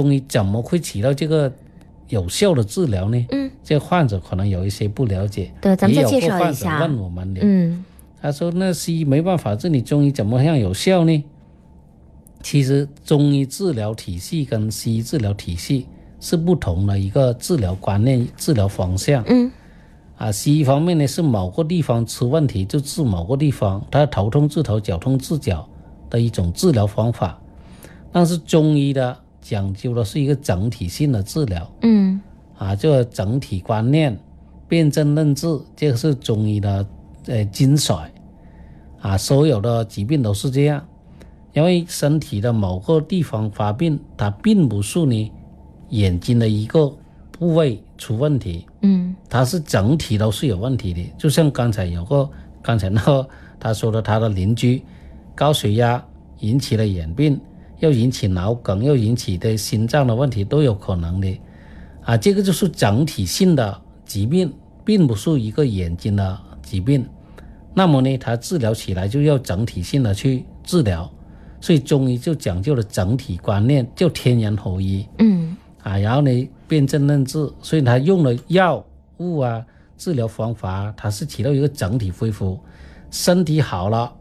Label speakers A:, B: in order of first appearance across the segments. A: 中医怎么会起到这个有效的治疗呢？
B: 嗯，
A: 这患者可能有一些不了解，
B: 对，咱们
A: 也
B: 再
A: 有
B: 介
A: 个
B: 绍
A: 患
B: 一
A: 者
B: 下。
A: 问我们的，
B: 嗯
A: 他说那西医没办法治，你中医怎么样有效呢？其实中医治疗体系跟西医治疗体系是不同的一个治疗观念、治疗方向。
B: 嗯
A: 啊，西医方面呢是某个地方出问题就治某个地方，它头痛治头，脚痛治脚的一种治疗方法。但是中医的讲究的是一个整体性的治疗
B: 嗯
A: 啊，这整体观念、辨证论治，这个是中医的呃精髓啊。所有的疾病都是这样，因为身体的某个地方发病，它并不是你眼睛的一个部位出问题，
B: 嗯
A: 它是整体都是有问题的。就像刚才有个刚才那个他说的，他的邻居高血压引起了眼病，又引起脑梗，又引起的心脏的问题都有可能的。啊，这个就是整体性的疾病，并不是一个眼睛的疾病。那么呢，它治疗起来就要整体性的去治疗，所以中医就讲究了整体观念，就天人合一。
B: 嗯
A: 啊，然后呢辨证论治，所以他用了药物啊、治疗方法啊，它是起到一个整体恢复，身体好了，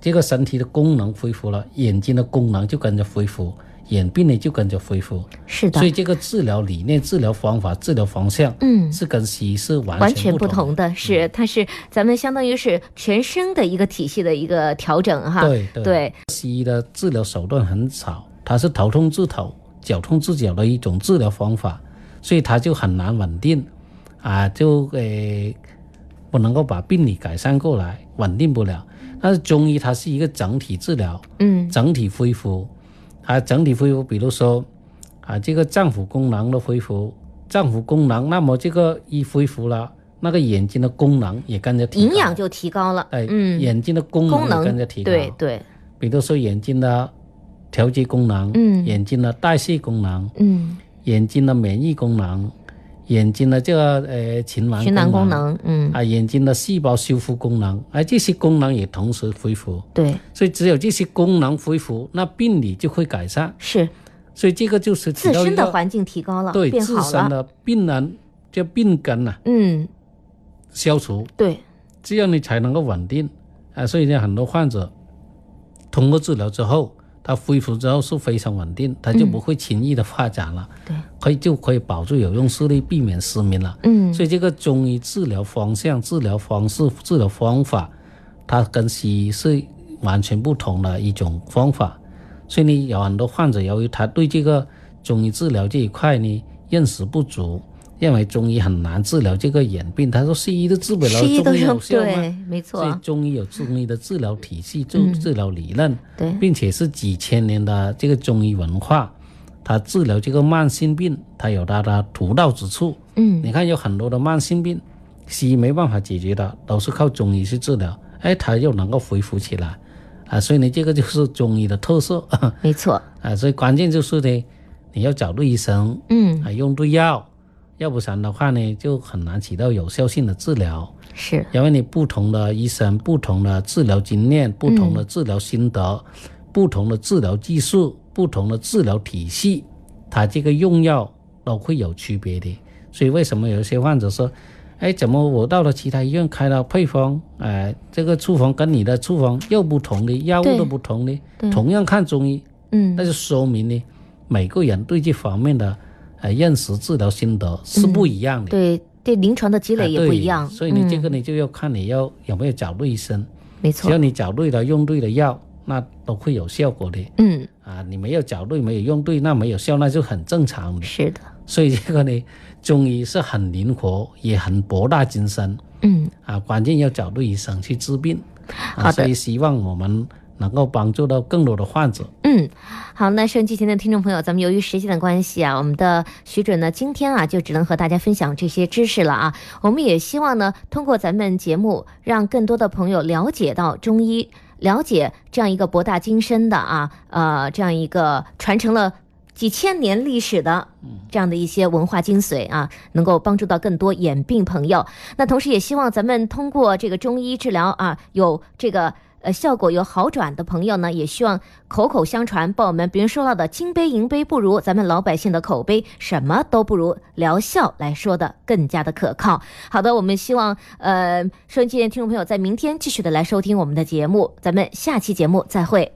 A: 这个身体的功能恢复了，眼睛的功能就跟着恢复，眼病呢就跟着恢复，
B: 是的
A: 所，以这个治疗理念、治疗方法、治疗方向，
B: 嗯
A: 是跟西医是完
B: 完
A: 全
B: 全不
A: 不同
B: 同的是，它是咱们相当于是全身的一个体系的一个调整哈。
A: 对对西医的治疗手段很少，它是头痛治头、脚痛治脚的一种治疗方法，所以它就很难稳定，啊，就呃不能够把病理改善过来，稳定不了。但是中医它是一个整体治疗，
B: 嗯
A: 整体恢复，啊，整体恢复，比如说啊，这个脏腑功能的恢复，脏腑功能，那么这个一恢复了，那个眼睛的功能也跟着提
B: 营
A: 高
B: 养就提高了。
A: 对，
B: 嗯，
A: 眼睛的功能
B: 功
A: 也跟
B: 能
A: 着提高。
B: 对对，
A: 比如说眼睛的调节功能，
B: 嗯
A: 眼睛的代谢功能，
B: 嗯，
A: 眼睛的免疫功能，眼睛的这个呃循环
B: 循环功能，嗯，
A: 啊，眼睛的细胞修复功能，而、这些功能也同时恢复，
B: 对，
A: 所以只有这些功能恢复，那病理就会改善，
B: 是
A: 所以这个就是起
B: 自
A: 到一
B: 身
A: 个
B: 的环境提高了，
A: 对
B: 变
A: 自
B: 好
A: 身
B: 了。
A: 的病人这病根呐、
B: 嗯，
A: 消除，
B: 对，
A: 这样你才能够稳定啊。所以呢，很多患者通过治疗之后，他恢复之后是非常稳定，他就不会轻易的发展了，
B: 对，
A: 可以就可以保住有用视力，避免失明了。
B: 嗯
A: 所以这个中医治疗方向、治疗方式、治疗方法，它跟西医是完全不同的一种方法。所以呢，有很多患者由于他对这个中医治疗这一块呢认识不足，认为中医很难治疗这个眼病。他说西医都治不了，
B: 西医都
A: 中医有
B: 用
A: 效
B: 对
A: 吗？，
B: 没
A: 所以
B: 错，
A: 中医有中医的治疗体系、治
B: 嗯
A: 治疗理论，
B: 对，
A: 并且是几千年的这个中医文化，它治疗这个慢性病，它有它的独到之处。
B: 嗯
A: 你看有很多的慢性病，西医没办法解决的，都是靠中医去治疗，哎，它又能够恢复起来，啊，所以呢，这个就是中医的特色
B: 没错，
A: 啊，所以关键就是呢，你要找对医生，
B: 嗯
A: 啊，用对药，要不然的话呢，就很难起到有效性的治疗。
B: 是，
A: 因为你不同的医生、不同的治疗经验、不同
B: 嗯
A: 的治疗心得、不同的治疗技术、不同的治疗体系，它这个用药都会有区别的。所以为什么有一些患者说，哎，怎么我到了其他医院开了配方，哎、这个处方跟你的处方又不同的，药物
B: 对
A: 都不同的
B: 对，
A: 同样看中医，
B: 嗯
A: 那就说明呢，每个人对这方面的。呃，认识治疗心得是
B: 嗯
A: 不一样的，
B: 对对，临床的积
A: 嗯啊
B: 累也
A: 对
B: 不一样，
A: 所以你这
B: 嗯
A: 个你就要看你要有没有找对医生，
B: 没
A: 只要
B: 错，
A: 你找对了、用对了药，那都会有效果的
B: 嗯，
A: 啊。你没有找对、没有用对，那没有效，那就很正常的。
B: 是的，
A: 所以这个呢，中医是很灵活，也很博大精深
B: 嗯，
A: 啊。关键要找对医生去治病。
B: 好
A: 啊，
B: 的
A: 所以希望我们能够帮助到更多的患者。
B: 嗯，好，那收音机前的听众朋友，咱们由于时间的关系啊，我们的徐准呢，今天啊就只能和大家分享这些知识了啊。我们也希望呢，通过咱们节目，让更多的朋友了解到中医，了解这样一个博大精深的啊，呃，这样一个传承了几千年历史的。这样的一些文化精髓啊，能够帮助到更多眼病朋友。那同时也希望咱们通过这个中医治疗啊，有这个呃效果有好转的朋友呢，也希望口口相传，报我们别人说到的金杯银杯不如咱们老百姓的口碑，什么都不如疗效来说的更加的可靠。好的，我们希望呃收音机前听众朋友在明天继续的来收听我们的节目，咱们下期节目再会。